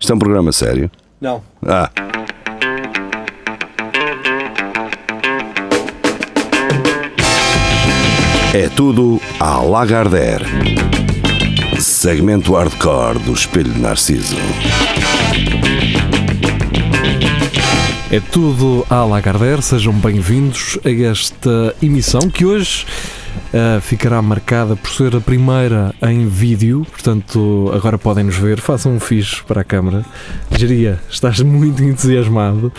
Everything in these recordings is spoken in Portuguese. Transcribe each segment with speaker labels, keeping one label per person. Speaker 1: Isto é um programa sério.
Speaker 2: Não.
Speaker 1: Ah, é tudo à Lagardère. Segmento hardcore do Espelho de Narciso.
Speaker 3: É tudo à Lagardère, sejam bem-vindos a esta emissão que hoje ah, ficará marcada por ser a primeira em vídeo, portanto agora podem nos ver, façam um fixe para a câmara. Jeria, estás muito entusiasmado,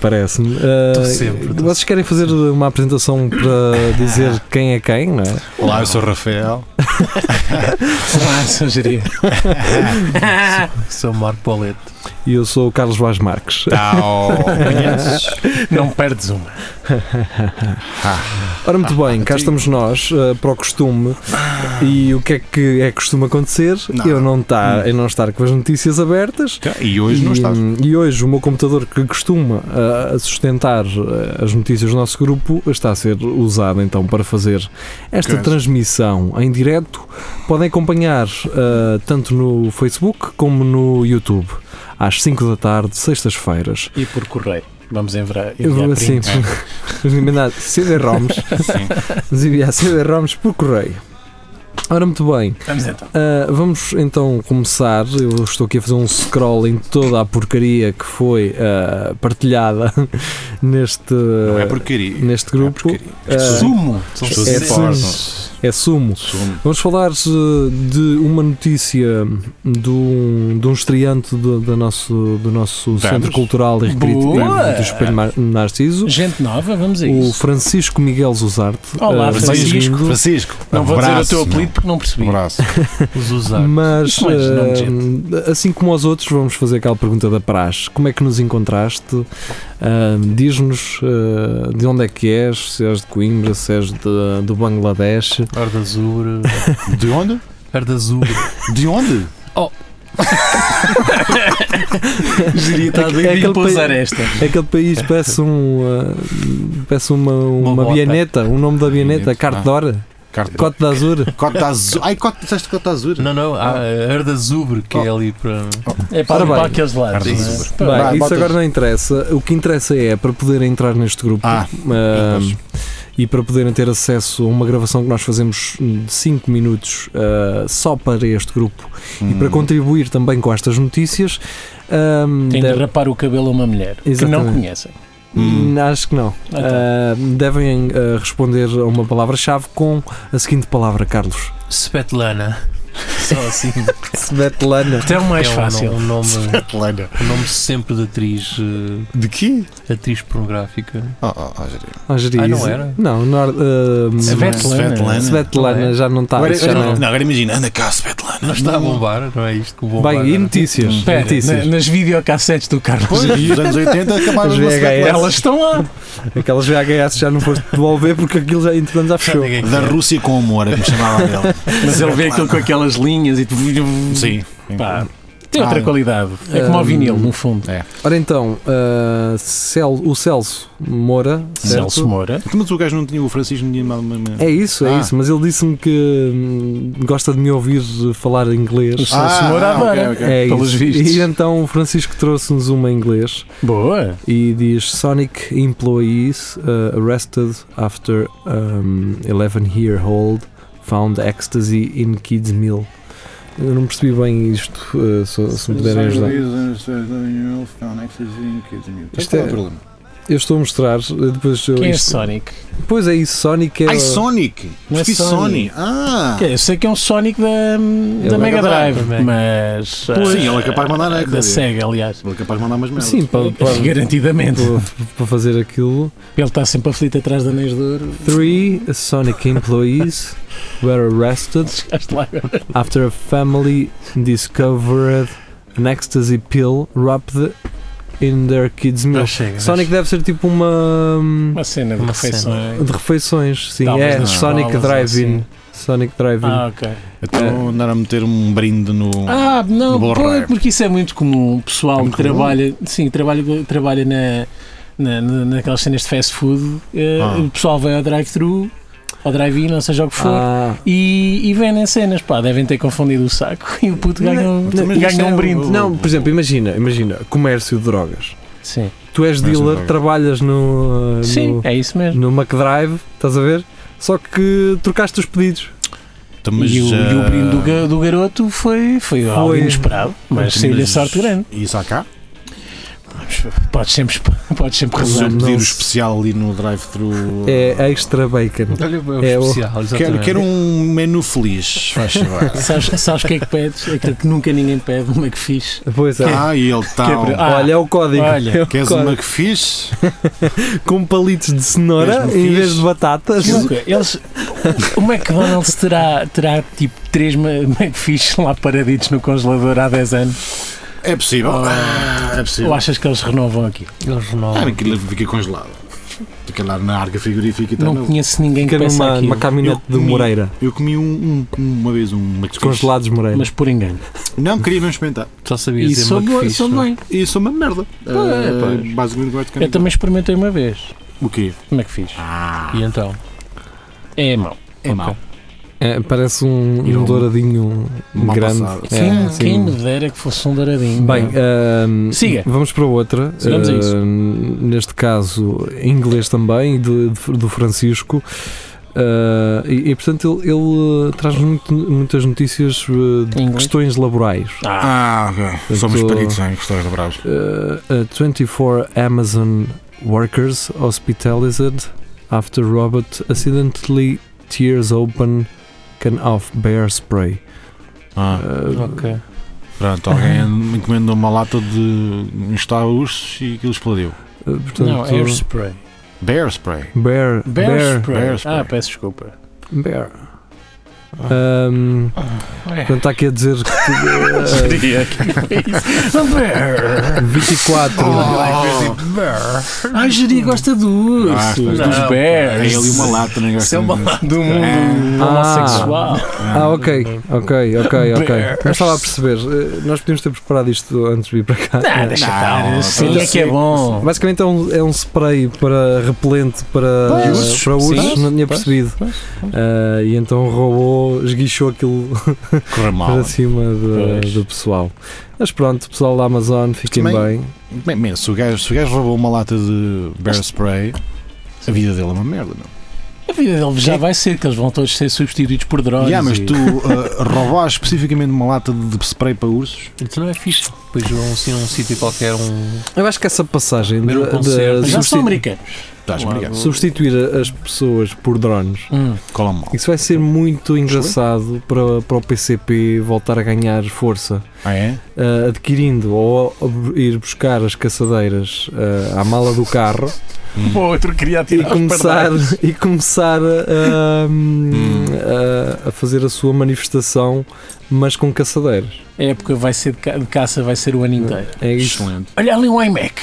Speaker 3: parece-me. Ah,
Speaker 4: Tô sempre, tô
Speaker 3: vocês querem fazer uma apresentação para dizer quem é quem, não é?
Speaker 4: Olá, eu sou o Rafael. Olá, sou Jeria. sou, sou Marco Pauleto.
Speaker 3: E eu sou o Carlos Vaz Marques.
Speaker 4: Tau. Não perdes uma.
Speaker 3: Ora, muito bem, cá estamos nós eh, para o costume.
Speaker 4: Ah.
Speaker 3: E o que é que é costume acontecer?
Speaker 4: Não.
Speaker 3: Eu, não tá, eu não estar com as notícias abertas.
Speaker 4: Tá, E Hum. hoje
Speaker 3: e,
Speaker 4: não estás.
Speaker 3: e hoje o meu computador que costuma eh, sustentar eh, as notícias do nosso grupo está a ser usado então para fazer esta
Speaker 4: Ok.
Speaker 3: transmissão em direto. Podem acompanhar eh, tanto no Facebook como no YouTube, às 5 da tarde, sextas-feiras.
Speaker 5: E por correio. Vamos enviar.
Speaker 3: Eu
Speaker 4: é
Speaker 3: vou assim, vamos mandar CD-ROMs. Nos enviar CD-ROMs por correio. Ora, muito bem,
Speaker 4: Vamos então.
Speaker 3: ah, vamos então começar. Eu estou aqui a fazer um scroll em toda a porcaria que foi ah, partilhada neste,
Speaker 4: Não é porcaria.
Speaker 3: neste
Speaker 4: Não é
Speaker 3: grupo.
Speaker 4: porcaria.
Speaker 3: Ah,
Speaker 4: Sumo. São
Speaker 3: é
Speaker 4: sucessos.
Speaker 3: sumo. é sumo.
Speaker 4: Sumo.
Speaker 3: Vamos falar eh, de uma notícia de um, de um estreante do, do nosso, do nosso
Speaker 4: Vamos.
Speaker 3: Centro Cultural e Recreativo
Speaker 5: Boa!
Speaker 3: do Espelho Mar- Narciso.
Speaker 5: Gente nova, vamos a
Speaker 3: O
Speaker 5: É isso.
Speaker 3: Francisco Miguel Zuzarte.
Speaker 5: Olá,
Speaker 3: eh,
Speaker 5: Francisco.
Speaker 3: bem-vindo,
Speaker 4: Francisco.
Speaker 5: Não vou dizer o
Speaker 4: abraço,
Speaker 5: teu apelido
Speaker 4: meu. Um
Speaker 5: porque não percebi.
Speaker 4: Abraço.
Speaker 5: Os usar.
Speaker 3: Mas,
Speaker 5: Mas não, é
Speaker 3: eh,
Speaker 5: gente.
Speaker 3: assim como aos outros, vamos fazer aquela pergunta da praxe. Como é que nos encontraste? Ah, Diz-nos eh, de onde é que és, se és de Coimbra, se és de- do Bangladesh.
Speaker 5: Ardazura.
Speaker 4: De onde?
Speaker 5: Ardazura.
Speaker 4: De onde?
Speaker 5: Geria está
Speaker 3: É- é
Speaker 5: doido
Speaker 3: aquele
Speaker 5: para
Speaker 3: pa- é
Speaker 5: usar esta.
Speaker 3: Aquele país parece, um, ah, parece uma, uma,
Speaker 5: bota.
Speaker 3: bianeta, o nome da bianeta,
Speaker 4: Bianeta,
Speaker 3: Carte
Speaker 4: ah.
Speaker 3: de Hora,
Speaker 4: Carta.
Speaker 3: Cote de Azur.
Speaker 4: Cota Azul. Ai, Cota, disseste
Speaker 5: tá
Speaker 4: Cota Azul.
Speaker 6: Não, não, há a Ardazubre, que é ali para.
Speaker 5: Ah. Oh. É
Speaker 3: Ora
Speaker 5: para,
Speaker 3: bem.
Speaker 5: para aqueles lados.
Speaker 4: Ardazura.
Speaker 5: não é?
Speaker 3: Bem,
Speaker 4: Vai,
Speaker 3: isso
Speaker 4: bota-
Speaker 3: agora não interessa. O que interessa é para poderem entrar neste grupo
Speaker 4: Ah,
Speaker 3: ah,
Speaker 4: pois.
Speaker 3: e para poderem ter acesso a uma gravação que nós fazemos de 5 minutos ah, só para este grupo e para contribuir também com estas notícias. ah,
Speaker 5: Tem de
Speaker 3: deve-
Speaker 5: rapar o cabelo a uma mulher que
Speaker 3: Exatamente.
Speaker 5: não conhecem.
Speaker 3: Hum, Acho que não.
Speaker 5: Ah, tá.
Speaker 3: Ah, devem ah, responder a uma palavra-chave com a seguinte palavra, Carlos:
Speaker 6: Svetlana. Só assim.
Speaker 3: Svetlana.
Speaker 5: Até o mais
Speaker 6: é um
Speaker 5: fácil.
Speaker 6: no- Um, nome,
Speaker 4: Atlanta.
Speaker 6: um nome sempre de atriz, eh,
Speaker 4: De quê?
Speaker 6: atriz pornográfica.
Speaker 4: Oh, oh, oh, Jerry.
Speaker 3: Ah, geria
Speaker 6: Ah, não
Speaker 3: isso.
Speaker 6: era?
Speaker 3: Não, nor- ah,
Speaker 5: Svetlana.
Speaker 4: Svetlana.
Speaker 3: Svetlana
Speaker 6: Não é?
Speaker 3: já não está.
Speaker 4: agora,
Speaker 3: já não-
Speaker 4: não, agora imagina, anda cá, Svetlana.
Speaker 6: Não está a bombar, não é isto que o bombar.
Speaker 3: Bem, e
Speaker 6: era?
Speaker 3: notícias?
Speaker 5: Espera,
Speaker 3: notícias.
Speaker 5: na- nas videocassetes do Carlos.
Speaker 4: Pois, nos anos 80 acabaram
Speaker 3: Os
Speaker 4: de uma
Speaker 3: VHS.
Speaker 4: Svetlana.
Speaker 5: Elas estão lá.
Speaker 3: Aquelas VHS já não foste devolver porque aquilo já entretanto já fechou.
Speaker 6: Ninguém
Speaker 4: Da Rússia com amor, é que me chamava dela.
Speaker 5: Mas ele vê aquilo com aquelas linhas e.
Speaker 4: Sim.
Speaker 5: Pá, tem outra
Speaker 4: Ah.
Speaker 5: qualidade. É como
Speaker 3: Ah,
Speaker 5: ao vinil, no fundo.
Speaker 3: Ora então, ah, Cel- o Celso Moura. certo?
Speaker 5: Celso Moura.
Speaker 4: Mas o gajo não tinha o Francisco nem mal. mal- mal-
Speaker 3: É isso, é
Speaker 4: Ah.
Speaker 3: isso, mas ele disse-me que hum, gosta de me ouvir falar inglês.
Speaker 5: Ah, Celso Moura
Speaker 4: ah,
Speaker 5: adora,
Speaker 4: ok, ok.
Speaker 3: É
Speaker 5: pelos
Speaker 3: isso.
Speaker 5: vistos.
Speaker 3: E então o Francisco trouxe-nos uma em inglês
Speaker 5: Boa.
Speaker 3: e diz Sonic employees uh, arrested after um, 11 year old found ecstasy in kids meal. Eu não percebi bem isto, uh, se, se me puderem ajudar.
Speaker 5: é-
Speaker 4: Então Qual
Speaker 3: Isto
Speaker 4: é
Speaker 3: é-
Speaker 4: o problema?
Speaker 3: Eu estou a mostrar, uh, depois eu.
Speaker 5: Quem é
Speaker 3: isto-
Speaker 5: Sonic?
Speaker 3: Pois é isso, Sonic é.
Speaker 4: Ai, Sonic!
Speaker 5: Não é
Speaker 4: Esqueci Sony.
Speaker 5: Sony.
Speaker 4: Ah!
Speaker 5: Que Eu sei que é um Sonic da, da Mega
Speaker 4: É Mega
Speaker 5: Drive,
Speaker 6: Drive,
Speaker 5: mas.
Speaker 4: Sim,
Speaker 5: ah,
Speaker 4: ele é capaz de mandar a
Speaker 5: Da SEGA, aliás.
Speaker 4: Ele é capaz de mandar umas merdas.
Speaker 3: Sim, para, para,
Speaker 5: Garantidamente.
Speaker 3: para fazer aquilo.
Speaker 5: Ele está sempre aflito atrás da Anéis de Ouro.
Speaker 3: Three Sonic employees were arrested
Speaker 5: Chegaste lá agora.
Speaker 3: after a family discovered an ecstasy pill wrapped in their kids'
Speaker 6: Não
Speaker 3: meal.
Speaker 6: chega.
Speaker 3: Sonic deve ser tipo uma. hum,
Speaker 5: Uma cena de
Speaker 6: Uma
Speaker 5: refeição.
Speaker 3: de refeições, sim.
Speaker 5: Talvez
Speaker 3: é
Speaker 5: nas
Speaker 3: Sonic
Speaker 5: escolas,
Speaker 3: Drive-In.
Speaker 5: assim.
Speaker 3: Sonic Drive-In.
Speaker 5: Ah, ok.
Speaker 4: Então andar a meter um brinde no.
Speaker 5: Ah,
Speaker 4: No
Speaker 5: não,
Speaker 4: Bolo
Speaker 5: pois,
Speaker 4: Raiva.
Speaker 5: porque isso é muito comum. O pessoal
Speaker 4: É muito
Speaker 5: que trabalha, sim, trabalha, trabalha na, na, na- naquelas cenas de fast food, eh,
Speaker 4: Ah.
Speaker 5: o pessoal vai ao drive-thru, ao drive-in, ou seja o que for,
Speaker 3: Ah,
Speaker 5: e, e vendem cenas, pá, devem ter confundido o saco e o puto ganha um,
Speaker 4: Não, mas isso
Speaker 5: ganha
Speaker 4: é
Speaker 5: um
Speaker 4: o-
Speaker 5: brinde.
Speaker 3: não, por exemplo, imagina, imagina, comércio de drogas.
Speaker 5: Sim,
Speaker 3: Tu és
Speaker 4: Comércio de
Speaker 3: dealer,
Speaker 4: drogas.
Speaker 3: trabalhas no, ah,
Speaker 5: Sim
Speaker 3: no,
Speaker 5: é isso mesmo.
Speaker 3: no McDrive, estás a ver? Só que trocaste os pedidos.
Speaker 4: Então, mas,
Speaker 5: e, o, e o
Speaker 4: ah,
Speaker 5: brinde do, ga- do garoto foi, foi, algo
Speaker 3: Foi.
Speaker 5: inesperado, mas saiu-lhe a sorte grande.
Speaker 4: E isso há cá?
Speaker 5: Podes sempre, podes sempre
Speaker 4: Se eu
Speaker 5: rezar.
Speaker 3: Não
Speaker 4: pedir o
Speaker 3: se-
Speaker 4: especial ali no drive-thru.
Speaker 3: É extra bacon.
Speaker 6: Olha,
Speaker 3: É
Speaker 6: é
Speaker 3: o-
Speaker 6: o especial,
Speaker 4: Quero,
Speaker 6: exatamente.
Speaker 4: quero um menu feliz, faz favor.
Speaker 5: Sabes, sabes o que é que pedes? Aquilo que nunca ninguém pede, um McFish.
Speaker 3: Pois é.
Speaker 5: Tá.
Speaker 4: ah, e ele está.
Speaker 5: Quebra-
Speaker 4: um-
Speaker 5: Ah,
Speaker 3: olha, é o código.
Speaker 5: olha,
Speaker 3: É o
Speaker 4: Queres
Speaker 3: código.
Speaker 4: uma que fiz?
Speaker 3: Com palitos de cenoura
Speaker 4: Queres um
Speaker 3: em vez
Speaker 4: fixe? um-
Speaker 3: de batatas.
Speaker 5: Uma coisa, Eles, o McDonald's terá, terá tipo 3 McFish lá paraditos no congelador há 10 anos.
Speaker 4: É possível. Ah, é possível.
Speaker 5: Ou achas que eles renovam aqui?
Speaker 6: Eles não.
Speaker 4: Ah, aquilo fica congelado. Fica lá na arca frigorífica e tal.
Speaker 5: Não conheço ninguém que
Speaker 3: Fica
Speaker 5: peça
Speaker 3: é numa,
Speaker 5: aquilo,
Speaker 3: numa caminhonete
Speaker 4: Eu
Speaker 3: de
Speaker 4: comi.
Speaker 3: Moreira.
Speaker 4: Eu comi um, um- uma vez um McFish.
Speaker 3: Congelados Moreira.
Speaker 5: mas por engano.
Speaker 4: Não, queria mesmo experimentar.
Speaker 6: Só sabia
Speaker 5: E
Speaker 6: dizer
Speaker 5: sou, boa,
Speaker 6: McFish,
Speaker 5: sou
Speaker 6: não é?
Speaker 5: bem.
Speaker 4: E isso é uma merda.
Speaker 5: é,
Speaker 4: Ah,
Speaker 5: pois.
Speaker 4: basicamente gosto de
Speaker 5: Eu
Speaker 4: caminhar.
Speaker 5: também experimentei uma vez
Speaker 4: O quê?
Speaker 5: McFish.
Speaker 4: Ah,
Speaker 6: E então?
Speaker 5: É mau.
Speaker 4: é mau.
Speaker 3: É, parece um,
Speaker 4: E
Speaker 3: um
Speaker 4: um-
Speaker 3: douradinho
Speaker 4: mal
Speaker 3: grande.
Speaker 4: passado.
Speaker 3: É,
Speaker 5: quem,
Speaker 3: sim.
Speaker 5: quem me dera que fosse um douradinho.
Speaker 3: Bem, ahm,
Speaker 5: Siga.
Speaker 3: vamos para outra.
Speaker 5: Sigamos a
Speaker 3: Ahm,
Speaker 5: isso.
Speaker 3: Neste caso, em inglês também, de- de- do Francisco. Ah, e, e, portanto, ele, ele, ah, traz muito- muitas notícias ah, de
Speaker 5: Em inglês.
Speaker 3: questões laborais.
Speaker 4: Ah,
Speaker 5: Ah,
Speaker 4: ok. Somos
Speaker 3: Portanto,
Speaker 4: peritos em questões de bravos.
Speaker 3: Uh, uh, 24 Amazon workers hospitalized after robot accidentally tears open can of bear spray.
Speaker 4: Ah,
Speaker 3: Uh,
Speaker 6: Ok.
Speaker 4: pronto, alguém encomendou uma lata de instar ursos e aquilo explodiu.
Speaker 3: uh,
Speaker 5: não,
Speaker 3: portanto,
Speaker 5: air spray.
Speaker 4: Bear spray.
Speaker 3: bear,
Speaker 5: Bear,
Speaker 3: bear,
Speaker 5: spray.
Speaker 4: bear spray.
Speaker 5: Ah, peço desculpa.
Speaker 3: bear. Um, portanto, está aqui a dizer que eh, uh,
Speaker 4: Ah,
Speaker 5: Bear.
Speaker 3: 24
Speaker 5: Oh. Ai, Jeri Ah, gosta do urso,
Speaker 4: Ah,
Speaker 5: dos
Speaker 6: não,
Speaker 4: É
Speaker 5: bears.
Speaker 4: ali uma lata, não gosto
Speaker 5: Isso é uma
Speaker 4: muito.
Speaker 5: lata do mundo
Speaker 4: É.
Speaker 5: homossexual.
Speaker 3: Ah, ok, ok, ok, ok.
Speaker 5: Bears.
Speaker 3: Não estava a perceber. Uh, Nós podíamos ter preparado isto antes de vir para cá.
Speaker 5: Ah, deixa estar. Sei que é que é bom.
Speaker 3: Basicamente é um, é um spray para repelente para,
Speaker 5: Pois.
Speaker 3: para
Speaker 5: Ursos,
Speaker 3: ursos,
Speaker 5: sim.
Speaker 3: não tinha
Speaker 5: Pois,
Speaker 3: percebido. Ah, e então roubou, esguichou aquilo
Speaker 4: Corre mal.
Speaker 3: para cima de-
Speaker 5: Pois.
Speaker 3: do pessoal. Mas pronto, pessoal da Amazon, fiquem
Speaker 4: Também-
Speaker 3: bem.
Speaker 4: Bem, bem, se, o gajo, se o gajo roubou uma lata de bear spray, a vida dele é uma merda, não?
Speaker 5: A vida dele já vai ser, que eles vão todos ser substituídos por drones.
Speaker 4: Yeah, mas
Speaker 5: e-
Speaker 4: tu uh, roubar especificamente uma lata de spray para ursos?
Speaker 6: Isso não é fixe. Depois vão assim a um sítio qualquer, um.
Speaker 3: Eu acho que essa passagem de,
Speaker 6: Ver um
Speaker 3: de
Speaker 6: concerto.
Speaker 5: Mas já são
Speaker 3: substi-
Speaker 5: americanos.
Speaker 4: Estás
Speaker 5: Claro.
Speaker 4: obrigado.
Speaker 3: substituir a- as pessoas por drones.
Speaker 4: Cola mal.
Speaker 3: Isso vai ser muito engraçado para, para o PCP voltar a ganhar força.
Speaker 4: Ah, é?
Speaker 3: ah, adquirindo ou a- ir buscar as caçadeiras ah, à mala do carro
Speaker 5: O outro queria
Speaker 3: e
Speaker 5: atirar os
Speaker 3: começar,
Speaker 5: pardais.
Speaker 3: e começar a, ehm,
Speaker 4: Hum.
Speaker 3: a- a fazer a sua manifestação, mas com caçadeiras.
Speaker 5: A época vai ser de, ca- de caça, vai ser o ano inteiro.
Speaker 3: É isso.
Speaker 4: Excelente.
Speaker 5: Olha ali um iMac.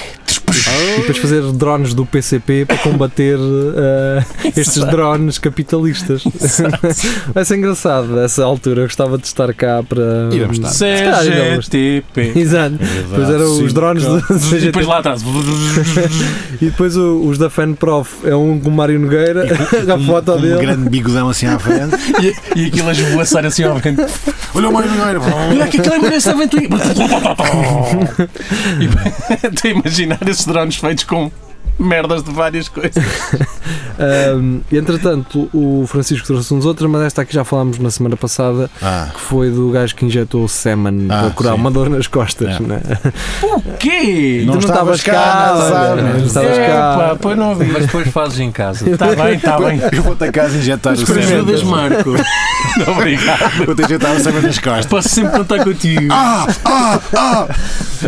Speaker 3: E depois fazer drones do PCP para combater eh, estes drones capitalistas. Vai ser engraçado essa altura. Eu gostava de estar cá para. hum,
Speaker 4: E vamos estar.
Speaker 3: Se calhar ainda vamos.
Speaker 5: CGTP.
Speaker 4: É
Speaker 3: Exato. Depois eram os drones do
Speaker 5: E depois
Speaker 3: CGT.
Speaker 5: lá atrás.
Speaker 3: E depois o- os da FanProf. É um com o Mário Nogueira, a foto
Speaker 4: um
Speaker 3: dele.
Speaker 4: grande bigodão assim à frente.
Speaker 5: e, e aquilo a esvoaçar assim ao vento.
Speaker 4: Olha o Mário Nogueira.
Speaker 5: Olha é que aquela merece aventura. e estou a imaginar esses drones feitos com merdas de várias coisas.
Speaker 3: Ahm, entretanto, o Francisco trouxe-nos outra, mas esta aqui já falámos na semana passada,
Speaker 4: Ah,
Speaker 3: que foi do gajo que injetou o semen
Speaker 4: Ah,
Speaker 3: para curar
Speaker 4: sim.
Speaker 3: uma dor nas costas.
Speaker 4: É.
Speaker 3: Né?
Speaker 5: O quê?
Speaker 4: Não
Speaker 3: Tu
Speaker 4: estavas cá, não
Speaker 3: olha,
Speaker 4: sabes.
Speaker 3: não estavas
Speaker 5: é,
Speaker 3: cá.
Speaker 5: pá, pois não vi.
Speaker 6: Mas depois fazes em casa.
Speaker 5: Está bem, está bem.
Speaker 4: eu vou-te a casa injetar o
Speaker 5: Para
Speaker 4: semen.
Speaker 5: ajudas, Marco. Não, obrigado.
Speaker 4: Vou-te injetar o semen nas costas.
Speaker 5: Posso sempre contar contigo.
Speaker 4: Ah, ah, ah.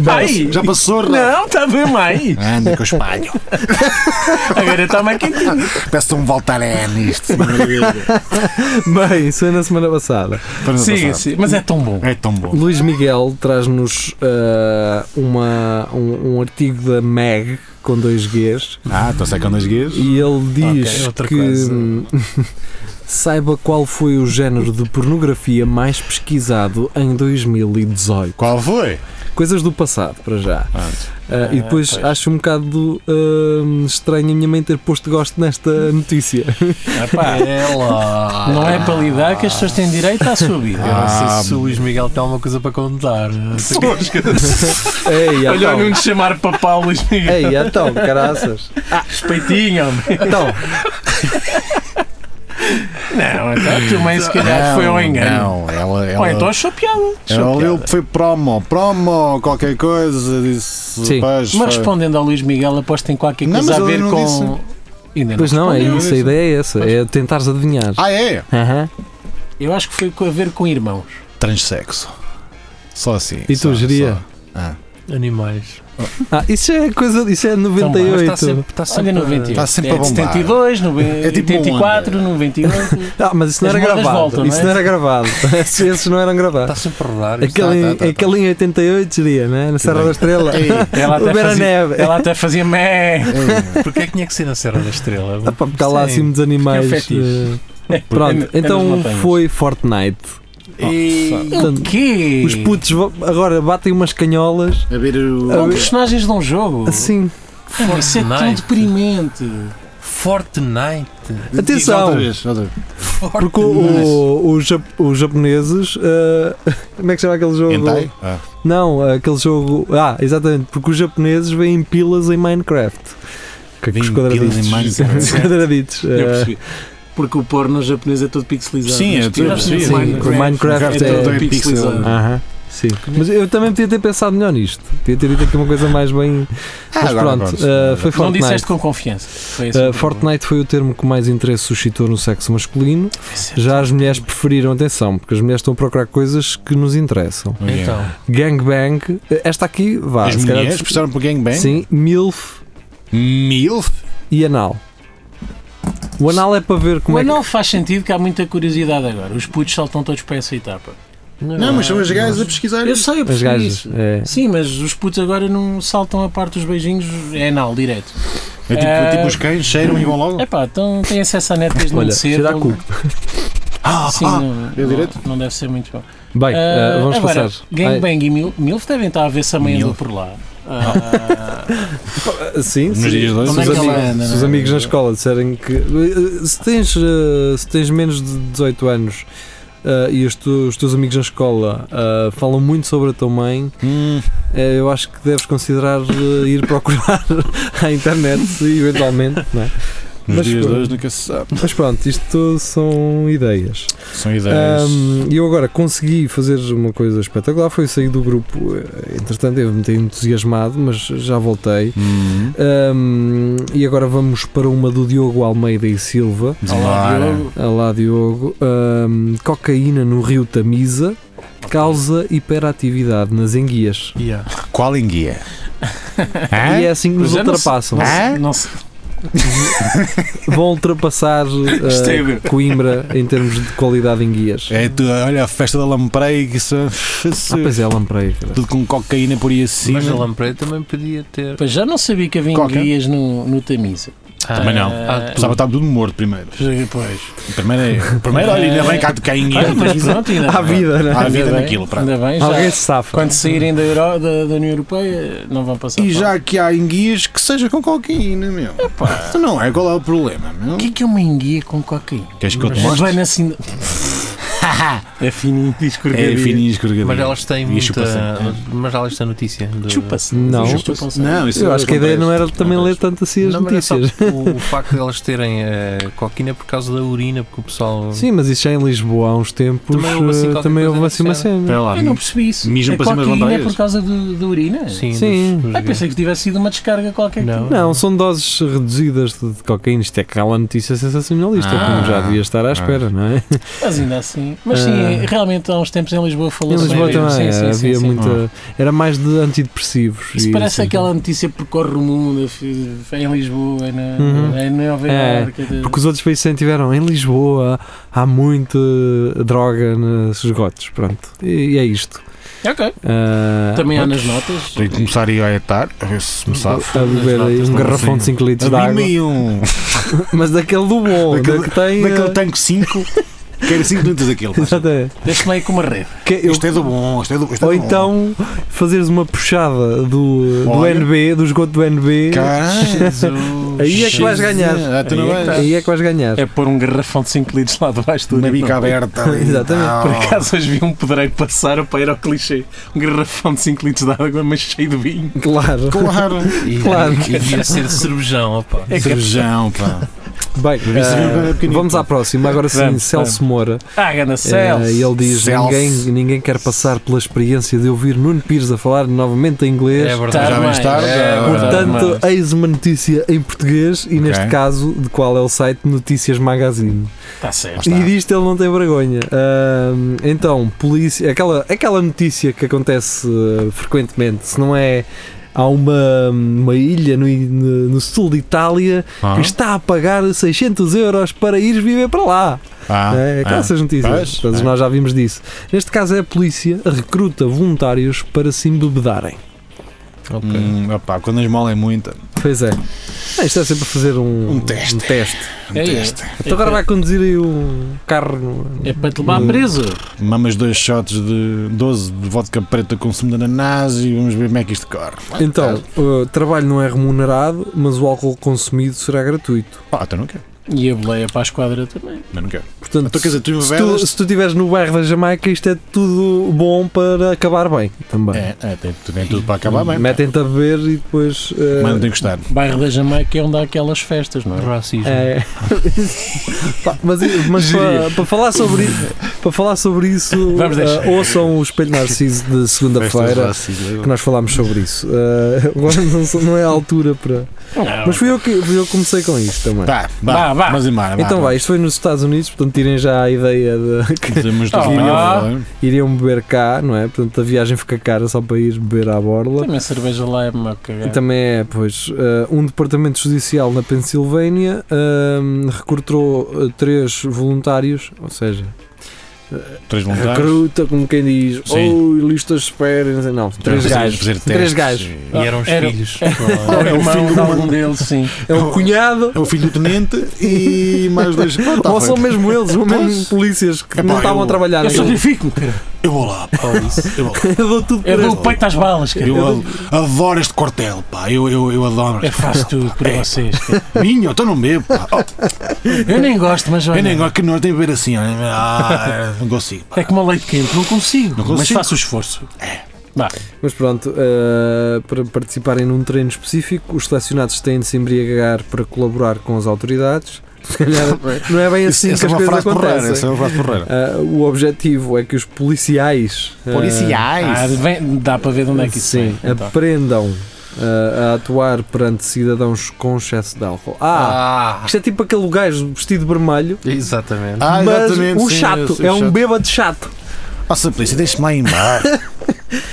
Speaker 5: Ai.
Speaker 4: Já passou, Rafa?
Speaker 5: Não, está bem mais.
Speaker 4: Anda que eu espalho.
Speaker 5: Agora está mais quentinho.
Speaker 4: Peço-te um Voltaren nisto.
Speaker 3: Bem, isso é na semana passada.
Speaker 4: tá
Speaker 5: Siga, siga. Mas é tão bom.
Speaker 4: É tão bom.
Speaker 3: Luís Miguel traz-nos ah, uma- um, um artigo da Meg com dois Gs
Speaker 4: Ah, estou secando as guias.
Speaker 3: e ele diz
Speaker 6: Ok, outra
Speaker 3: que
Speaker 6: coisa.
Speaker 3: hum, saiba qual foi o género de pornografia mais pesquisado em 2018.
Speaker 4: Qual foi?
Speaker 3: coisas do passado, para já.
Speaker 4: Pronto.
Speaker 3: Ah, e depois
Speaker 5: pois.
Speaker 3: acho um bocado ah, estranho a minha mãe ter posto gosto nesta notícia.
Speaker 5: Ah, pá,
Speaker 6: Ela!
Speaker 5: não é para lidar que as pessoas têm direito à sua vida.
Speaker 6: Eu não sei
Speaker 4: Ah,
Speaker 6: se o Luís Miguel tem alguma coisa para contar. Não sei o que é que-
Speaker 3: Ei,
Speaker 5: Olha, um não
Speaker 3: então,
Speaker 5: nos chamar para Paulo Luís Miguel.
Speaker 3: ei, então, caraças.
Speaker 5: Respeitinho, homem.
Speaker 3: Então,
Speaker 5: Não, então a tua mãe se calhar foi ao engano.
Speaker 4: Não, ela. ela
Speaker 5: Ou então achou piada.
Speaker 4: ela leu que foi promo, promo, qualquer coisa, disse.
Speaker 3: Sim.
Speaker 4: pois, foi-
Speaker 5: Mas respondendo ao Luís Miguel, aposto que tem qualquer
Speaker 4: Não,
Speaker 5: coisa
Speaker 4: mas ele
Speaker 5: a ver
Speaker 4: não
Speaker 5: com. Ainda
Speaker 3: pois não, é
Speaker 5: respondeu.
Speaker 3: isso, a ideia é essa, é tentares adivinhar.
Speaker 4: Ah, é?
Speaker 3: Aham.
Speaker 5: Eu acho que foi com- a ver com irmãos.
Speaker 4: Transsexo. Só assim.
Speaker 3: E tu,
Speaker 4: só-
Speaker 3: geria?
Speaker 4: só. Ah.
Speaker 6: Animais.
Speaker 3: Ah, isso é coisa, isso é
Speaker 6: Mas
Speaker 3: 98.
Speaker 6: está sempre, está
Speaker 5: Olha,
Speaker 6: sempre a-
Speaker 5: 91.
Speaker 4: Está Tá sempre a
Speaker 5: é de
Speaker 4: bombar.
Speaker 5: 72, no,
Speaker 4: É tipo
Speaker 5: 84, 98.
Speaker 3: Ah, mas isso não
Speaker 5: As
Speaker 3: era
Speaker 5: modas
Speaker 3: gravado.
Speaker 5: voltam, não
Speaker 3: isso
Speaker 5: é?
Speaker 3: não era gravado. Esses esses não eram gravados.
Speaker 6: Está sempre a rodar. isto.
Speaker 3: Aquele,
Speaker 4: tá, tá, tá.
Speaker 3: aquele em 88 diria, né? Na Serra da Estrela.
Speaker 4: Ei,
Speaker 3: o
Speaker 5: Ela até, fazia, É.
Speaker 3: Beraneve.
Speaker 5: ela até fazia mé.
Speaker 4: ei,
Speaker 6: Porquê é que tinha que ser na Serra da Estrela?
Speaker 3: Ah, pá, porque há lá
Speaker 6: Sim.
Speaker 3: assim dos
Speaker 5: Que é um
Speaker 3: animais.
Speaker 5: fetiche.
Speaker 3: eh, Pronto,
Speaker 5: É- é nas
Speaker 3: então
Speaker 5: montanhas.
Speaker 3: foi Fortnite.
Speaker 4: ei.
Speaker 5: O quê?
Speaker 3: Os putos vo- agora batem umas canholas.
Speaker 4: A ver o.
Speaker 5: Com personagens de um jogo.
Speaker 3: Assim,
Speaker 5: Ah, Isso é tão
Speaker 6: Fortnite.
Speaker 5: deprimente.
Speaker 6: Fortnite.
Speaker 3: Atenção.
Speaker 4: Outra vez, outra vez.
Speaker 6: Fortnite.
Speaker 3: porque o, o, o jap- os japoneses. eh, como é que chama aquele jogo?
Speaker 4: Hentai? Ah.
Speaker 3: Não, aquele jogo. Ah, exatamente, porque os japoneses veem pilas em Minecraft. Que, que os
Speaker 4: Veem
Speaker 3: quadraditos.
Speaker 4: pilas em Minecraft.
Speaker 3: Os quadraditos. eh,
Speaker 5: Eu percebi. Porque o porno japonês é todo pixelizado.
Speaker 4: Sim,
Speaker 5: Mas
Speaker 4: é tudo,
Speaker 5: pior,
Speaker 4: sim,
Speaker 5: o
Speaker 4: sim.
Speaker 5: Minecraft,
Speaker 3: Minecraft Ah,
Speaker 5: é todo
Speaker 4: é
Speaker 5: pixelizado.
Speaker 4: pixel.
Speaker 3: Aham, sim. Mas eu também podia ter pensado melhor nisto. Podia ter dito aqui uma coisa mais bem. Mas
Speaker 4: Ah, agora
Speaker 3: pronto,
Speaker 4: pronto.
Speaker 3: eh, foi
Speaker 5: Não
Speaker 3: Fortnite.
Speaker 5: disseste com confiança. Foi esse o
Speaker 4: é?
Speaker 3: Eh,
Speaker 5: problema.
Speaker 3: Fortnite foi o termo que mais interesse suscitou no sexo masculino. Já as mulheres preferiram atenção, porque as mulheres estão a procurar coisas que nos interessam.
Speaker 4: Muito bem.
Speaker 6: Então,
Speaker 3: Gangbang, eh, esta aqui, vá.
Speaker 4: As
Speaker 3: se calhar-
Speaker 4: mulheres prestaram para o gangbang?
Speaker 3: Sim, MILF
Speaker 4: Milf?
Speaker 3: e anal. O anal é para ver como
Speaker 5: Mas
Speaker 3: é
Speaker 5: não faz sentido que há muita curiosidade agora. Os putos saltam todos para essa etapa.
Speaker 4: Não, mas são as gajas a pesquisar
Speaker 5: Eu sei, eu
Speaker 3: que as
Speaker 5: percebi
Speaker 3: gajas.
Speaker 5: isso.
Speaker 3: É.
Speaker 5: Sim, mas os putos agora não saltam a parte dos beijinhos, é anal, direto.
Speaker 4: É tipo,
Speaker 5: Eh,
Speaker 4: tipo os cães cheiram e vão logo?
Speaker 5: É pá, então têm acesso à net desde
Speaker 3: Olha,
Speaker 5: muito cedo.
Speaker 3: cheira a cu.
Speaker 4: Ah,
Speaker 5: Sim,
Speaker 3: né?
Speaker 4: ah.
Speaker 5: não,
Speaker 4: é direto?
Speaker 5: não- não deve ser muito bom.
Speaker 3: Bem, eh,
Speaker 5: Ah,
Speaker 3: vamos
Speaker 5: agora,
Speaker 3: passar.
Speaker 5: Gangbang e Mil- Milf devem estar a ver se a mãe andou
Speaker 4: Milf.
Speaker 5: por lá. Ah,
Speaker 3: Ah, sim,
Speaker 4: Nos
Speaker 3: sim.
Speaker 4: dias de hoje,
Speaker 3: Se
Speaker 5: Como é
Speaker 3: os,
Speaker 5: que ela
Speaker 3: amigos,
Speaker 5: anda,
Speaker 3: se
Speaker 5: não
Speaker 3: os
Speaker 5: é?
Speaker 3: amigos na escola disserem que eh, se tens, eh, se tens menos de 18 anos eh, e os, tu- os teus amigos na escola eh, falam muito sobre a tua mãe,
Speaker 4: Hum,
Speaker 3: eh, eu acho que deves considerar eh, ir procurar à internet e eventualmente. não é?
Speaker 4: nos
Speaker 3: Mas
Speaker 4: dias de
Speaker 3: pronto.
Speaker 4: hoje nunca se sabe.
Speaker 3: Mas pronto, isto são ideias.
Speaker 4: São ideias.
Speaker 3: Ahm, eu agora consegui fazer uma coisa espetacular, foi sair do grupo. eh, Entretanto, eu me tenho entusiasmado, mas já voltei.
Speaker 4: Hum.
Speaker 3: Ahm, e agora vamos para uma do Diogo Almeida e Silva.
Speaker 5: olá,
Speaker 4: Ora.
Speaker 5: Diogo.
Speaker 3: Olá, Diogo. Ahm, cocaína no rio Tamisa causa hiperatividade nas enguias.
Speaker 6: yeah.
Speaker 4: Qual enguia?
Speaker 3: E é assim que nos
Speaker 5: Mas eu não sei-
Speaker 3: ultrapassam.
Speaker 5: não sei-
Speaker 4: Hã?
Speaker 5: não sei.
Speaker 3: Vão ultrapassar ah,
Speaker 5: Isto é meu.
Speaker 3: Coimbra em termos de qualidade em guias.
Speaker 4: É tu, olha a festa da lampreia que isso.
Speaker 3: Ah, pois é, lamprei. cara.
Speaker 4: Tudo com cocaína por aí assim.
Speaker 6: Mas a Lamprey também podia ter.
Speaker 5: Pois já não sabia que havia
Speaker 4: Coca.
Speaker 5: enguias no, no Tamisa.
Speaker 6: Ah,
Speaker 4: Também não.
Speaker 6: Ah,
Speaker 4: Estava estava tudo morto primeiro.
Speaker 5: Pois.
Speaker 4: Primeiro, é- primeiro olha, ainda bem que há de
Speaker 5: Olha,
Speaker 6: Ah,
Speaker 4: cocaína.
Speaker 5: mas pronto, ainda
Speaker 3: Há
Speaker 5: bem.
Speaker 3: vida, né?
Speaker 4: Há vida
Speaker 5: Ainda bem,
Speaker 4: naquilo, pronto.
Speaker 5: Ainda bem, já.
Speaker 3: Alguém se safa.
Speaker 5: Quando saírem da, Euro- da- da União Europeia, não vão passar.
Speaker 4: E
Speaker 5: fome.
Speaker 4: já que há enguias, que seja com cocaína, meu. Tu não é? Qual é o problema, meu?
Speaker 5: O que é que é uma enguia com cocaína?
Speaker 4: Queres que eu te
Speaker 5: Mas
Speaker 4: mostre?
Speaker 5: vai assim. é fininho,
Speaker 4: É fininho escorregadinho.
Speaker 6: Mas elas têm
Speaker 4: E chupa-se.
Speaker 6: muita. Mas elas têm notícia. de-
Speaker 5: Chupa-se.
Speaker 3: Não.
Speaker 5: Chupa-se.
Speaker 4: Não, isso
Speaker 3: Eu acho que a ideia não era
Speaker 4: acontece.
Speaker 3: também ler
Speaker 4: Acontece.
Speaker 3: tanto assim as
Speaker 6: Não, mas é só
Speaker 3: notícias.
Speaker 6: o, o facto de elas terem eh, cocaína por causa da urina, porque o pessoal.
Speaker 3: Sim, mas isto já em Lisboa há uns tempos
Speaker 6: Também houve assim
Speaker 3: eh,
Speaker 6: qualquer
Speaker 3: também
Speaker 6: coisa
Speaker 3: houve assim uma
Speaker 6: desse
Speaker 3: cena.
Speaker 6: género.
Speaker 4: Espera lá.
Speaker 5: Eu não percebi isso.
Speaker 4: Mijam
Speaker 5: a
Speaker 4: para cima das
Speaker 5: cocaína é
Speaker 4: lampreias?
Speaker 5: por causa do- da urina?
Speaker 6: Sim.
Speaker 3: Sim.
Speaker 6: dos- dos
Speaker 5: Ah, pensei que tivesse sido uma descarga qualquer.
Speaker 6: Não.
Speaker 3: Não, são doses reduzidas de de cocaína. Isto é aquela notícia sensacionalista,
Speaker 4: Ah.
Speaker 3: como já devia estar à espera, não é?
Speaker 5: Mas ainda assim. Mas sim,
Speaker 3: Ah.
Speaker 5: realmente há uns tempos em Lisboa
Speaker 3: Em
Speaker 5: falou-se
Speaker 3: Lisboa
Speaker 5: bem disso.
Speaker 3: também
Speaker 5: Sim, sim, sim,
Speaker 3: havia
Speaker 5: sim.
Speaker 3: muita. Era mais de antidepressivos.
Speaker 5: Isso
Speaker 3: e
Speaker 5: parece
Speaker 3: assim.
Speaker 5: aquela notícia que percorre o mundo, fi- em Lisboa, é na,
Speaker 3: Uhum.
Speaker 5: é na Nova
Speaker 3: É,
Speaker 5: Iorque, de-
Speaker 3: Porque os outros países também tiveram. Em Lisboa há muita droga nos esgotos. Pronto. E, e é isto.
Speaker 5: Ok.
Speaker 3: Ah,
Speaker 5: Também há nas notas.
Speaker 4: Tenho que começar a ir a etar, a ver se me sabe.
Speaker 3: a beber aí um garrafão de 5 litros de água,
Speaker 4: Abri-me um.
Speaker 3: mas daquele do bom,
Speaker 4: Daquele- é
Speaker 3: daquele, que tem.
Speaker 4: Naquele
Speaker 3: eh,
Speaker 4: tanque 5. Quero 5 litros daquilo. pá.
Speaker 3: Exatamente.
Speaker 5: Deixa-me aí com uma rede.
Speaker 3: Que eu-
Speaker 4: Isto é do bom, isto é do, isto é
Speaker 3: Ou
Speaker 4: do bom.
Speaker 3: então fazeres uma puxada do, do
Speaker 4: Olha.
Speaker 3: NB, do esgoto do NB.
Speaker 4: Caralho,
Speaker 3: Aí é que vais ganhar.
Speaker 4: Ah, tu não
Speaker 5: Aí é que
Speaker 4: vais.
Speaker 3: Aí é que vais ganhar.
Speaker 5: É pôr um garrafão de 5 litros lá debaixo do
Speaker 4: Uma
Speaker 5: urinal.
Speaker 4: bica aberta. ali.
Speaker 3: Exatamente.
Speaker 4: Ah,
Speaker 5: Por acaso hoje vi um pedreiro passar para ir ao clichê. Um garrafão de 5 litros de água, mas cheio de vinho.
Speaker 3: Claro.
Speaker 4: Claro.
Speaker 6: E,
Speaker 3: Claro.
Speaker 6: e devia ser cervejão, opa.
Speaker 5: É que-
Speaker 4: Cervejão, pá.
Speaker 3: Bem,
Speaker 4: isso
Speaker 3: eh,
Speaker 4: é pequenino.
Speaker 3: vamos à próxima. Agora sim,
Speaker 5: Vamos,
Speaker 3: Celso Moura.
Speaker 5: Ah, gana
Speaker 3: Eh,
Speaker 5: Celso.
Speaker 3: ele diz:
Speaker 4: Celso.
Speaker 3: ninguém, ninguém quer passar pela experiência de ouvir Nuno Pires a falar novamente em inglês.
Speaker 6: É verdade.
Speaker 5: Tarde
Speaker 4: Já mais
Speaker 5: mais,
Speaker 4: tarde,
Speaker 5: já
Speaker 4: é
Speaker 5: mais
Speaker 4: verdade.
Speaker 5: tarde.
Speaker 3: Portanto, eis uma notícia em português e neste
Speaker 4: Ok.
Speaker 3: caso, de qual é o site? Notícias Magazine.
Speaker 5: Está certo.
Speaker 4: Está.
Speaker 3: E disto ele não tem vergonha. Ahm, então, polícia. Aquela, aquela notícia que acontece eh, frequentemente, se não é. Há uma, uma ilha no, no- no sul de Itália
Speaker 4: Ah,
Speaker 3: que está a pagar 600 euros para ir viver para lá.
Speaker 4: Ah,
Speaker 3: é, aquelas essas notícias.
Speaker 4: Pois,
Speaker 3: Todos
Speaker 4: é.
Speaker 3: nós já vimos disso. Neste caso é a polícia recruta voluntários para se embebedarem.
Speaker 4: Hum, opá, quando a esmola é muita.
Speaker 3: Pois é. Ah, Isto é sempre a fazer um,
Speaker 4: Um teste.
Speaker 3: um teste.
Speaker 5: É, é.
Speaker 3: Então agora vai conduzir aí um carro no-
Speaker 5: É para te levar preso.
Speaker 4: Mamas dois shots de 12 de vodka preta com sumo de ananás e vamos ver como é que isto corre.
Speaker 3: Então, o trabalho não é remunerado, mas o álcool consumido será gratuito.
Speaker 4: Ah, então não quero.
Speaker 5: E a boleia para a esquadra também.
Speaker 4: Não, não quero.
Speaker 3: Portanto,
Speaker 4: Então quer dizer, tu
Speaker 3: se, tu,
Speaker 4: envedas.
Speaker 3: se tu estiveres no bairro da Jamaica, isto é tudo bom para acabar bem também.
Speaker 4: É, é, tem, tu tem tudo para acabar bem.
Speaker 3: Metem-te a beber e depois. eh,
Speaker 4: Mas não tem que gostar.
Speaker 5: Bairro da Jamaica é onde há aquelas festas, não é?
Speaker 6: Racismo.
Speaker 3: é. Pá, mas mas para, para falar sobre, i- para falar sobre isso,
Speaker 5: Vamos deixar.
Speaker 3: eh, ouçam o Espelho Narciso de segunda-feira, que nós falámos sobre isso. Eh, agora não, sou- não é a altura para.
Speaker 5: Ah,
Speaker 3: Mas fui eu que fui eu que comecei com isto também.
Speaker 4: Tá, vá,
Speaker 5: Vá, vá.
Speaker 4: Mas embora,
Speaker 3: Então vai, isto foi nos Estados Unidos, portanto tirem já a ideia de que
Speaker 4: Temos
Speaker 5: Ah,
Speaker 4: dois melhores,
Speaker 3: iriam beber cá, não é? Portanto a viagem fica cara só para ir beber à borla.
Speaker 5: Também a cerveja lá é uma
Speaker 3: E
Speaker 5: cagada.
Speaker 3: também é, pois, eh, um departamento judicial na Pensilvânia eh, recrutou eh, três voluntários, ou seja,
Speaker 4: três voluntários.
Speaker 3: recruta, como quem diz,
Speaker 4: Sim.
Speaker 3: ou listas de espera, não, sei, não, três
Speaker 4: Fazer-
Speaker 3: gajos.
Speaker 4: fazer testes
Speaker 3: Três gajos.
Speaker 4: e-
Speaker 6: E eram os
Speaker 5: Era-
Speaker 6: filhos.
Speaker 5: É o irmão de algum deles, sim.
Speaker 3: É o cunhado,
Speaker 4: É o filho do tenente e mais dois. Pronto, tá
Speaker 3: ou são
Speaker 4: feito.
Speaker 3: mesmo eles, ou mesmo
Speaker 4: Pois.
Speaker 3: polícias que
Speaker 4: Epá,
Speaker 3: não estavam a
Speaker 4: eu-
Speaker 3: trabalhar.
Speaker 5: Eu
Speaker 3: naquilo.
Speaker 5: sacrifico-me, cara.
Speaker 4: Eu vou lá, pá, eu vou lá.
Speaker 3: Eu dou tudo
Speaker 5: Eu
Speaker 3: por
Speaker 5: dou
Speaker 3: este.
Speaker 5: o peito às balas, cara.
Speaker 4: Eu ad- adoro este quartel, pá. Eu, eu, eu adoro.
Speaker 5: Eu faço tudo por
Speaker 4: É.
Speaker 5: vocês. cara.
Speaker 4: Minho, então não bebo, pá. Oh,
Speaker 5: Eu nem gosto, mas olha.
Speaker 4: eu nem gosto que nós tem que beber assim. ó. Ah, não consigo, pá.
Speaker 5: É como a leite quente, não consigo.
Speaker 4: consigo.
Speaker 5: Mas faço o esforço.
Speaker 3: Mas pronto, eh, para participarem num treino específico, os selecionados têm de se embriagar para colaborar com as autoridades. Se calhar não é bem assim
Speaker 4: Essa
Speaker 3: que
Speaker 4: é
Speaker 3: as
Speaker 4: uma frase
Speaker 3: coisas
Speaker 4: porreira. Essa
Speaker 3: acontecem.
Speaker 4: é uma frase porreira.
Speaker 3: Eh, o objetivo é que os policiais. eh,
Speaker 4: É
Speaker 5: Ah, vem- dá para ver de onde é que isso
Speaker 3: sim,
Speaker 5: vem. Então.
Speaker 3: aprendam eh, a atuar perante cidadãos com excesso de álcool. Ah,
Speaker 6: Ah,
Speaker 3: isto é tipo aquele gajo vestido de vermelho,
Speaker 6: exatamente.
Speaker 4: Ah,
Speaker 3: mas
Speaker 4: exatamente,
Speaker 3: um
Speaker 4: sim, eu
Speaker 3: chato,
Speaker 4: sei,
Speaker 3: é um
Speaker 4: chato.
Speaker 3: bêbado chato.
Speaker 4: Nossa, polícia, deixa-me lá em bar.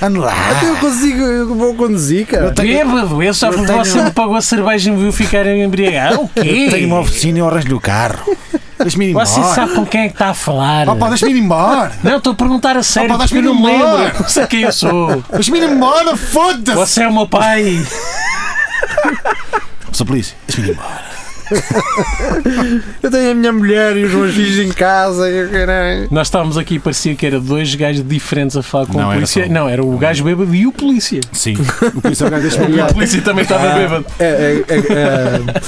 Speaker 4: Anda
Speaker 3: Até eu
Speaker 4: lá.
Speaker 3: consigo, eu vou conduzir, cara.
Speaker 5: Bêbado, eu só porque
Speaker 4: tenho-
Speaker 5: você me pagou a cerveja e me viu ficar embriagado. O quê?
Speaker 4: Eu tenho uma oficina e eu arranjo-lhe o carro. Deixa-me ir embora.
Speaker 5: Você sabe com quem é que está a falar?
Speaker 4: Oh, pá, deixa-me ir embora.
Speaker 5: Não, estou a perguntar a sério,
Speaker 4: Opa,
Speaker 5: porque eu não me
Speaker 4: dás-me
Speaker 5: lembro.
Speaker 4: uma.
Speaker 5: Não sei quem eu sou.
Speaker 4: Deixa-me ir embora, foda-se.
Speaker 5: Você é o meu pai.
Speaker 4: Sou polícia, deixa-me ir embora.
Speaker 3: Eu tenho a minha mulher e os meus filhos em casa. e eu quero-
Speaker 5: Nós estávamos aqui e parecia que era dois gajos diferentes a falar com
Speaker 4: Não,
Speaker 5: o
Speaker 4: era
Speaker 5: polícia.
Speaker 4: só um.
Speaker 5: não, era o gajo bêbado e o polícia.
Speaker 4: Sim. O polícia, deixa-me
Speaker 5: O polícia também
Speaker 4: Ah,
Speaker 5: estava bêbado.
Speaker 3: É, é, é,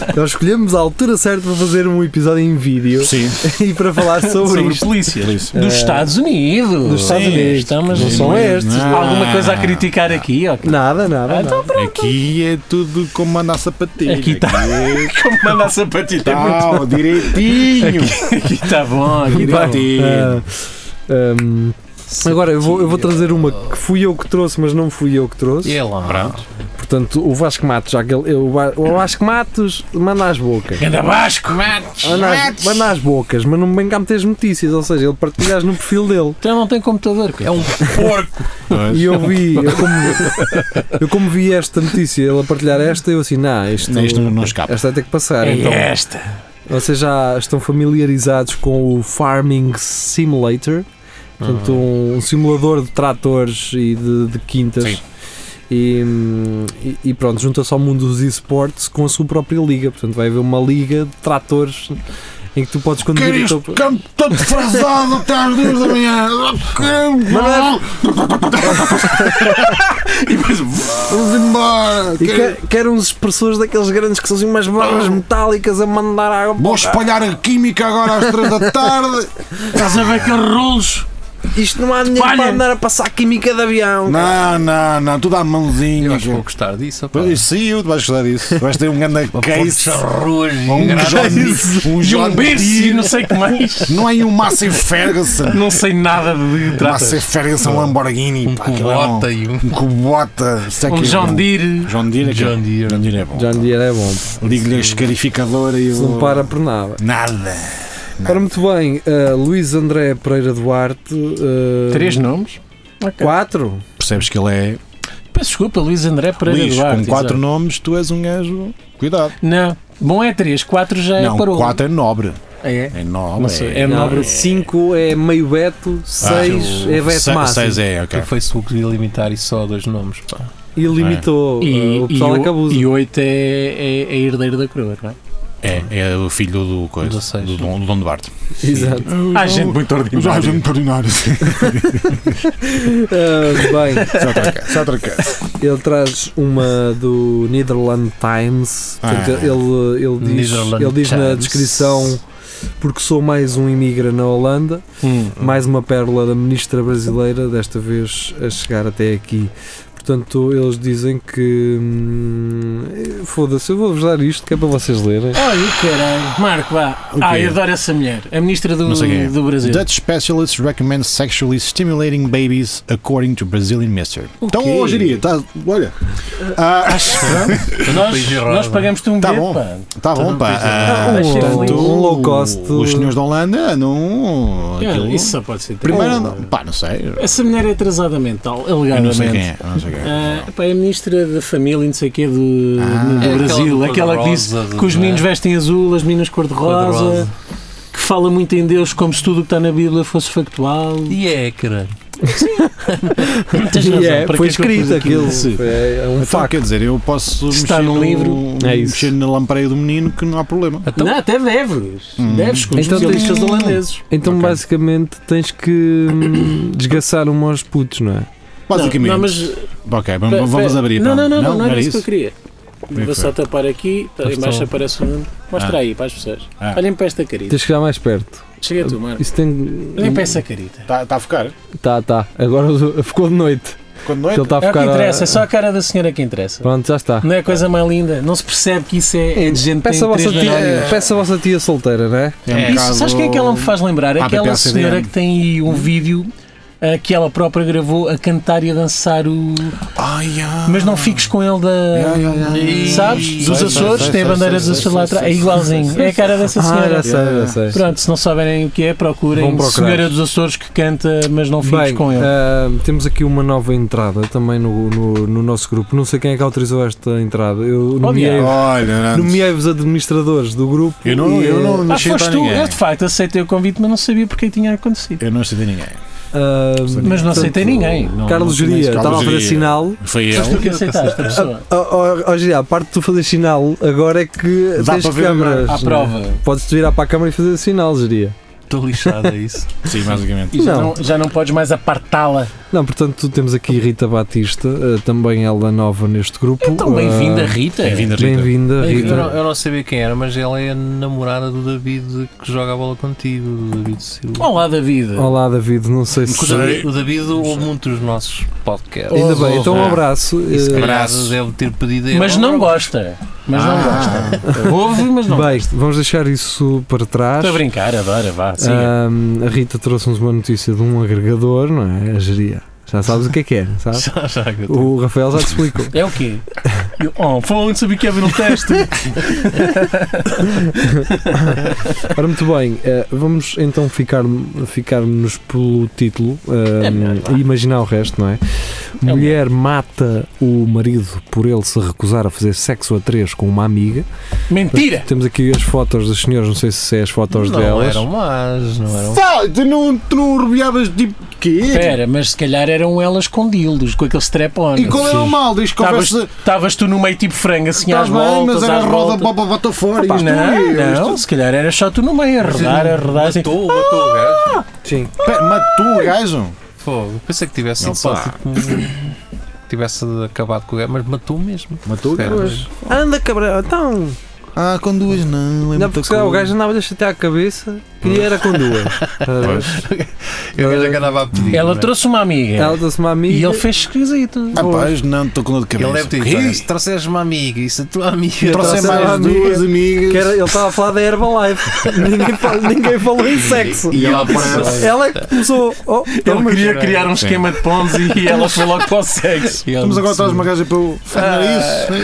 Speaker 3: é, nós escolhemos a altura certa para fazer um episódio em vídeo
Speaker 4: Sim.
Speaker 3: e para falar sobre
Speaker 5: Sobre os
Speaker 3: isto.
Speaker 5: polícias.
Speaker 4: É Polícia.
Speaker 5: Dos
Speaker 3: É.
Speaker 5: Estados Unidos.
Speaker 3: Dos Estados
Speaker 5: Sim,
Speaker 3: Unidos.
Speaker 5: Estamos...
Speaker 3: Não são estes.
Speaker 5: Há Alguma coisa
Speaker 4: Ah.
Speaker 5: a criticar aqui? ó?
Speaker 3: Nada, nada.
Speaker 5: Ah,
Speaker 3: nada.
Speaker 5: então
Speaker 4: Aqui é tudo como manda a sapatilha.
Speaker 5: Aqui está. Como manda a sapatilha. é muito
Speaker 4: é Tá, direitinho.
Speaker 5: Aqui está bom, aqui está bom.
Speaker 4: Direitinho.
Speaker 3: Ah, hum, agora eu vou, eu vou trazer uma que fui eu que trouxe, mas não fui eu que trouxe.
Speaker 6: E é lá.
Speaker 4: Pronto.
Speaker 3: Portanto, o Vasco Matos, já que ele- o Va- o Vasco Matos manda às bocas.
Speaker 5: Ganda Vasco!
Speaker 3: Manda às, manda às bocas, mas não me vem cá meter as notícias, ou seja, ele partilhas no perfil dele.
Speaker 5: Então não tem computador. cara.
Speaker 6: É um porco.
Speaker 3: E eu vi, eu como, eu como vi esta notícia, ele a partilhar esta, eu assim, nah, isto,
Speaker 4: Não, Isto não- não escapa.
Speaker 3: esta vai ter que passar.
Speaker 5: É
Speaker 3: Então,
Speaker 5: esta.
Speaker 3: vocês já estão familiarizados com o Farming Simulator, portanto, um, simulador de tratores e de, de quintas.
Speaker 4: Sim.
Speaker 3: E, hum, e- e pronto, junta-se ao mundo dos esportes com a sua própria liga. Portanto, vai haver uma liga de tratores em que tu podes conduzir
Speaker 4: Quero
Speaker 3: o teu.
Speaker 4: isto campo todo frasado até às duas da manhã. e depois vamos embora.
Speaker 3: E
Speaker 4: Quero-
Speaker 3: que- quero uns expressores daqueles grandes que são assim umas barras metálicas a mandar água.
Speaker 4: Vou espalhar a química agora às três da tarde.
Speaker 5: Estás a ver aqueles rolos?
Speaker 3: Isto não há dinheiro
Speaker 5: Espalha.
Speaker 3: para andar a passar química de avião.
Speaker 4: Não, não, não, tu dá a mãozinha.
Speaker 6: Eu acho que vou
Speaker 4: cara.
Speaker 6: gostar disso. opá.
Speaker 4: Pois, Isso sim, eu, tu vais gostar disso. Tu Vais ter um grande
Speaker 5: é
Speaker 4: case. Um
Speaker 6: Case.
Speaker 4: John, um
Speaker 5: E
Speaker 4: John
Speaker 5: um berço e
Speaker 4: Deere.
Speaker 5: não sei o que mais.
Speaker 4: Não é um Massey Ferguson.
Speaker 5: Não sei nada de
Speaker 4: Massey
Speaker 5: tratas.
Speaker 4: Ferguson, um Lamborghini.
Speaker 6: Um
Speaker 4: pá, aquilo é
Speaker 6: cubota e um
Speaker 4: Um Kubota. Isso é
Speaker 5: Um
Speaker 4: que é bom.
Speaker 5: John Deere.
Speaker 4: John Deere. é que-
Speaker 6: John Deere.
Speaker 4: John Deere é bom.
Speaker 3: Já John Deere é bom.
Speaker 4: Ligo-lhe a escarificadora e
Speaker 3: Isso
Speaker 4: eu...
Speaker 3: não para por nada.
Speaker 4: Nada.
Speaker 3: Ora, muito bem, eh, Luís André Pereira Duarte. eh,
Speaker 5: Três nomes. Ok.
Speaker 3: Quatro?
Speaker 4: Percebes que ele é
Speaker 5: Peço desculpa, Luís André Pereira
Speaker 4: Luís,
Speaker 5: Duarte.
Speaker 4: com quatro
Speaker 5: exato.
Speaker 4: nomes, tu és um gajo. Cuidado.
Speaker 5: Não. Bom é três, quatro já é
Speaker 4: não,
Speaker 5: parou.
Speaker 4: quatro é nobre.
Speaker 5: É.
Speaker 4: É nobre.
Speaker 5: Não sei, é
Speaker 4: Ah,
Speaker 5: nobre.
Speaker 3: Cinco é meio Beto, seis
Speaker 4: o-
Speaker 3: é Beto
Speaker 4: Ah, se- Seis
Speaker 3: Massa.
Speaker 4: é, ok.
Speaker 6: O Facebook devia limitar isso só a dois nomes. Pá.
Speaker 3: E limitou
Speaker 4: Ah.
Speaker 3: eh,
Speaker 5: E,
Speaker 3: o pessoal
Speaker 5: e o-
Speaker 3: acabou.
Speaker 5: e oito é, é, é herdeiro da coroa, não é?
Speaker 4: É, é o filho do coisa,
Speaker 6: Dezesseis.
Speaker 4: do Dom, do Dom Duarte.
Speaker 3: Exato.
Speaker 5: Há Ah, gente muito ordinária.
Speaker 4: é muito ordinária.
Speaker 3: Ah, bem,
Speaker 4: Só trocar, só trocar.
Speaker 3: ele traz uma do Netherland Times.
Speaker 4: Ah.
Speaker 3: Portanto, ele, ele diz,
Speaker 6: Netherland
Speaker 3: ele diz na
Speaker 6: Times.
Speaker 3: descrição: porque sou mais um imigra na Holanda.
Speaker 5: Hum.
Speaker 3: Mais uma pérola da ministra brasileira, desta vez a chegar até aqui. Portanto, eles dizem que. hum, Foda-se, eu vou-vos dar isto que é para vocês lerem.
Speaker 5: Olha, caralho. Marco, vá.
Speaker 4: O
Speaker 5: Ah,
Speaker 4: quê?
Speaker 5: eu adoro essa mulher. A ministra do,
Speaker 4: Não sei quem é.
Speaker 5: do Brasil.
Speaker 4: Dutch specialists recommend sexually stimulating babies according to Brazilian Mister. Então
Speaker 5: quê?
Speaker 4: hoje iria, tá, olha. Ah,
Speaker 5: Acho que nós,
Speaker 6: país errado.
Speaker 5: nós pagamos-te um
Speaker 4: Tá
Speaker 5: bilhete,
Speaker 4: bom.
Speaker 5: pá.
Speaker 4: tá bom, pá. Ah,
Speaker 5: Ah, achei
Speaker 4: portanto,
Speaker 5: lindo.
Speaker 3: Um low cost.
Speaker 4: Os senhores da Holanda não. aquilo-
Speaker 5: Isso só pode ser.
Speaker 4: primeiro,
Speaker 5: Oh.
Speaker 4: não, pá, não sei.
Speaker 5: Essa mulher é atrasada mental,
Speaker 4: Eu
Speaker 5: alegadamente.
Speaker 4: não sei quem é. eu Não sei quem é.
Speaker 5: Ah, pá, é a ministra da família, e não sei o quê, do,
Speaker 4: Ah.
Speaker 5: do
Speaker 6: É aquela
Speaker 5: Brasil.
Speaker 6: do
Speaker 5: Aquela que disse
Speaker 6: cor-de-rosa, do-
Speaker 5: que os
Speaker 6: não é?
Speaker 5: meninos vestem azul, as meninas cor-de-rosa.
Speaker 6: Cor-de-rosa.
Speaker 5: que fala muito em Deus como se tudo o que está na Bíblia fosse factual.
Speaker 6: E é, caralho.
Speaker 5: Tens razão,
Speaker 3: E é,
Speaker 5: para que
Speaker 3: foi
Speaker 5: é que eu pus
Speaker 3: escrito
Speaker 5: aquilo?
Speaker 3: aquilo.
Speaker 4: Sim.
Speaker 3: É, é um
Speaker 4: Então,
Speaker 3: facto.
Speaker 4: quer dizer, eu posso
Speaker 5: Se está
Speaker 4: mexer
Speaker 5: num
Speaker 4: no-
Speaker 5: livro,
Speaker 3: é isso.
Speaker 4: mexer na lampreia do menino que não há problema.
Speaker 6: Então,
Speaker 5: não, até deves. Deves, como
Speaker 3: Então
Speaker 5: especialistas
Speaker 3: tem-
Speaker 5: holandeses.
Speaker 3: Então,
Speaker 4: Ok.
Speaker 3: basicamente, tens que hum, desgaçar um aos putos, não é?
Speaker 4: Basicamente.
Speaker 5: Não, não, mas,
Speaker 4: Ok,
Speaker 5: pe-
Speaker 4: vamos, vamos
Speaker 5: pe-
Speaker 4: abrir.
Speaker 5: Não,
Speaker 4: então.
Speaker 5: não, não, não, não era isso que eu
Speaker 4: isso?
Speaker 5: queria.
Speaker 4: Bem,
Speaker 5: Vou só tapar aqui, tá,
Speaker 6: Mas
Speaker 5: embaixo
Speaker 6: tá.
Speaker 5: aparece o número. Mostra
Speaker 4: Ah.
Speaker 5: aí para as pessoas.
Speaker 4: Ah.
Speaker 5: Olhem para esta carita.
Speaker 3: Tens que chegar mais perto.
Speaker 5: Chega tu, Marco.
Speaker 3: Isso tem.
Speaker 5: Olhem para essa carita.
Speaker 4: Está a focar?
Speaker 3: Tá, tá. Agora o- ficou de noite.
Speaker 4: Quando não
Speaker 3: Ele está a
Speaker 5: É o que
Speaker 3: ficar. a-
Speaker 5: interessa, é só a cara da senhora que interessa.
Speaker 3: Pronto, já está.
Speaker 5: Não é a coisa mais linda. Não se percebe que isso é, é de gente que
Speaker 3: Peça a,
Speaker 5: tem
Speaker 3: vossa
Speaker 5: três
Speaker 3: tia,
Speaker 5: nanómetros.
Speaker 3: peça a vossa tia solteira, não é?
Speaker 4: É um
Speaker 5: Isso, sabes
Speaker 4: bocado-
Speaker 5: quem é que ela me faz lembrar? É
Speaker 4: Ah,
Speaker 5: Aquela
Speaker 4: PPACDN.
Speaker 5: senhora que tem aí um vídeo ah, que ela própria gravou a cantar e a dançar o.
Speaker 4: Ai, ah.
Speaker 5: Mas não fiques com ele da.
Speaker 4: Ai, ai, ai.
Speaker 5: Sabes? Dos
Speaker 4: Sei, sei,
Speaker 5: Açores,
Speaker 4: sei,
Speaker 5: tem a
Speaker 4: sei,
Speaker 5: bandeira dos
Speaker 4: sei,
Speaker 5: Açores
Speaker 4: sei,
Speaker 5: lá atrás.
Speaker 4: sei,
Speaker 5: É
Speaker 4: sei, sei,
Speaker 5: igualzinho.
Speaker 4: sei,
Speaker 5: É a cara dessa
Speaker 3: Ah,
Speaker 5: senhora.
Speaker 3: já sei, já
Speaker 4: Yeah.
Speaker 3: sei.
Speaker 5: Pronto, se não souberem o que é, procurem
Speaker 3: Vão procurar.
Speaker 5: Senhora dos Açores que canta, mas não fiques
Speaker 3: Bem,
Speaker 5: com ele.
Speaker 3: ah, temos aqui uma nova entrada também no, no, no nosso grupo. Não sei quem é que autorizou esta entrada. Eu nomeei-
Speaker 5: diabo.
Speaker 4: Olha, não.
Speaker 3: nomeei-vos administradores do grupo.
Speaker 4: Eu não,
Speaker 3: e, eh,
Speaker 4: eu não
Speaker 5: Ah,
Speaker 4: mexi
Speaker 5: foste
Speaker 4: para
Speaker 5: tu.
Speaker 4: ninguém.
Speaker 5: Eu de facto aceitei o convite, mas não sabia porque tinha acontecido.
Speaker 4: Eu não aceitei ninguém.
Speaker 3: ah,
Speaker 5: Mas não
Speaker 3: portanto,
Speaker 5: aceitei ninguém. Não-
Speaker 3: Carlos
Speaker 5: não tinha
Speaker 3: Geria
Speaker 5: isso.
Speaker 4: Carlos
Speaker 3: estava a fazer
Speaker 4: Geria.
Speaker 3: sinal.
Speaker 4: Foi
Speaker 5: Foste
Speaker 4: ele.
Speaker 5: tu que aceitaste a pessoa.
Speaker 3: Ó oh, Geria, a parte de tu fazer sinal agora é que
Speaker 4: Dá
Speaker 3: tens
Speaker 4: para ver
Speaker 3: câmaras.
Speaker 5: À prova.
Speaker 3: Podes virar para a câmara e fazer sinal, Geria.
Speaker 6: estou lixado a isso.
Speaker 4: Sim, basicamente.
Speaker 5: E já
Speaker 3: Não.
Speaker 5: não, já não podes mais apartá-la.
Speaker 3: Não, portanto, temos aqui Rita Batista, ah, também ela nova neste grupo.
Speaker 5: Então,
Speaker 3: Ah,
Speaker 5: bem-vinda, Rita.
Speaker 4: Bem-vinda, Rita.
Speaker 3: Bem-vinda,
Speaker 6: Eu não,
Speaker 3: Rita.
Speaker 6: eu não sabia quem era, mas ela é a namorada do David que joga a bola contigo, do David Silva.
Speaker 5: Olá, David.
Speaker 3: Olá, David. Não sei
Speaker 6: Porque
Speaker 3: se.
Speaker 6: o David, o David ouve muito os nossos podcasts.
Speaker 5: Oh,
Speaker 3: Ainda bem, então um abraço.
Speaker 6: E se
Speaker 3: Eh,
Speaker 6: calhar
Speaker 4: Abraço.
Speaker 6: deve ter pedido a ele.
Speaker 5: Mas não gosta. Mas
Speaker 4: Ah.
Speaker 5: não gosta. Ouve, mas não.
Speaker 3: Bem, vamos deixar isso para trás.
Speaker 5: Estou a brincar, adora, vá. siga.
Speaker 3: Ahm, a Rita trouxe-nos uma notícia de um agregador, não é? A geria. Já sabes o que é que é, sabes?
Speaker 6: Já, já, que eu tô-
Speaker 3: O Rafael já te explicou.
Speaker 5: É o quê? Eu, oh, falando sabia que ia haver um teste.
Speaker 3: Ora, muito bem, eh, vamos então ficar, ficarmos pelo título ahm,
Speaker 5: É melhor, vá.
Speaker 3: e imaginar o resto, não é?
Speaker 5: É o
Speaker 3: Mulher mata o marido por ele se recusar a fazer sexo a três com uma amiga.
Speaker 5: Mentira!
Speaker 3: Temos aqui as fotos das senhoras, não sei se é as fotos
Speaker 6: não
Speaker 3: delas.
Speaker 4: Então.
Speaker 6: eram más, não eram.
Speaker 4: Fá, tu não, tu não rodeavas tipo quê?
Speaker 5: Espera, mas se calhar eram elas com dildos, com aquele strep-on.
Speaker 4: E qual era o
Speaker 5: Sim.
Speaker 4: mal? Diz que
Speaker 5: Estavas-
Speaker 4: houvesse.
Speaker 5: Estavas tu no meio tipo frango, assim às
Speaker 4: Estás bem,
Speaker 5: voltas,
Speaker 4: mas era
Speaker 5: às
Speaker 4: roda
Speaker 5: voltas.
Speaker 4: boba bota fora.
Speaker 5: Pá,
Speaker 4: isto
Speaker 5: não,
Speaker 4: é, isto-
Speaker 5: não, se calhar era só tu no meio a rodar, a rodar assim.
Speaker 6: Matou, matou o gajo.
Speaker 3: Sim.
Speaker 4: Pera, Matou o gajo.
Speaker 6: Fogo. Pensei que tivesse sido só tipo. Tivesse acabado com o gajo, mas matou mesmo.
Speaker 4: Matou o
Speaker 6: Espera,
Speaker 4: gajo.
Speaker 6: mas-
Speaker 3: Anda, cabrão, então.
Speaker 4: Ah, com duas não. É
Speaker 3: Não,
Speaker 4: muita
Speaker 3: porque se calhar o
Speaker 4: coisa.
Speaker 3: gajo andava-lhe a chatear a cabeça, queria era com duas.
Speaker 6: Eu já que andava a pedir.
Speaker 4: né?
Speaker 5: Ela
Speaker 6: não é?
Speaker 5: trouxe uma amiga
Speaker 3: Ela deu-se uma amiga.
Speaker 5: e ele fez esquisito.
Speaker 4: Ah, pá, não, estou com dor de
Speaker 6: Ele deve
Speaker 4: cabeça.
Speaker 6: ter dito: olha, se trouxeres uma amiga, isso a tua amiga.
Speaker 4: Trouxe
Speaker 3: trouxe uma
Speaker 4: mais
Speaker 3: amiga,
Speaker 4: duas amigas.
Speaker 3: que era- ele estava a falar da Herbalife. ninguém, fal- ninguém falou em sexo.
Speaker 6: E ela
Speaker 4: aparece.
Speaker 3: Ela é que começou. Oh, então,
Speaker 5: Ele
Speaker 3: mas-
Speaker 5: queria criar um
Speaker 4: Sim.
Speaker 5: esquema de pontos e ela foi logo para o sexo.
Speaker 4: Estamos agora atrás de uma gaja para eu fazer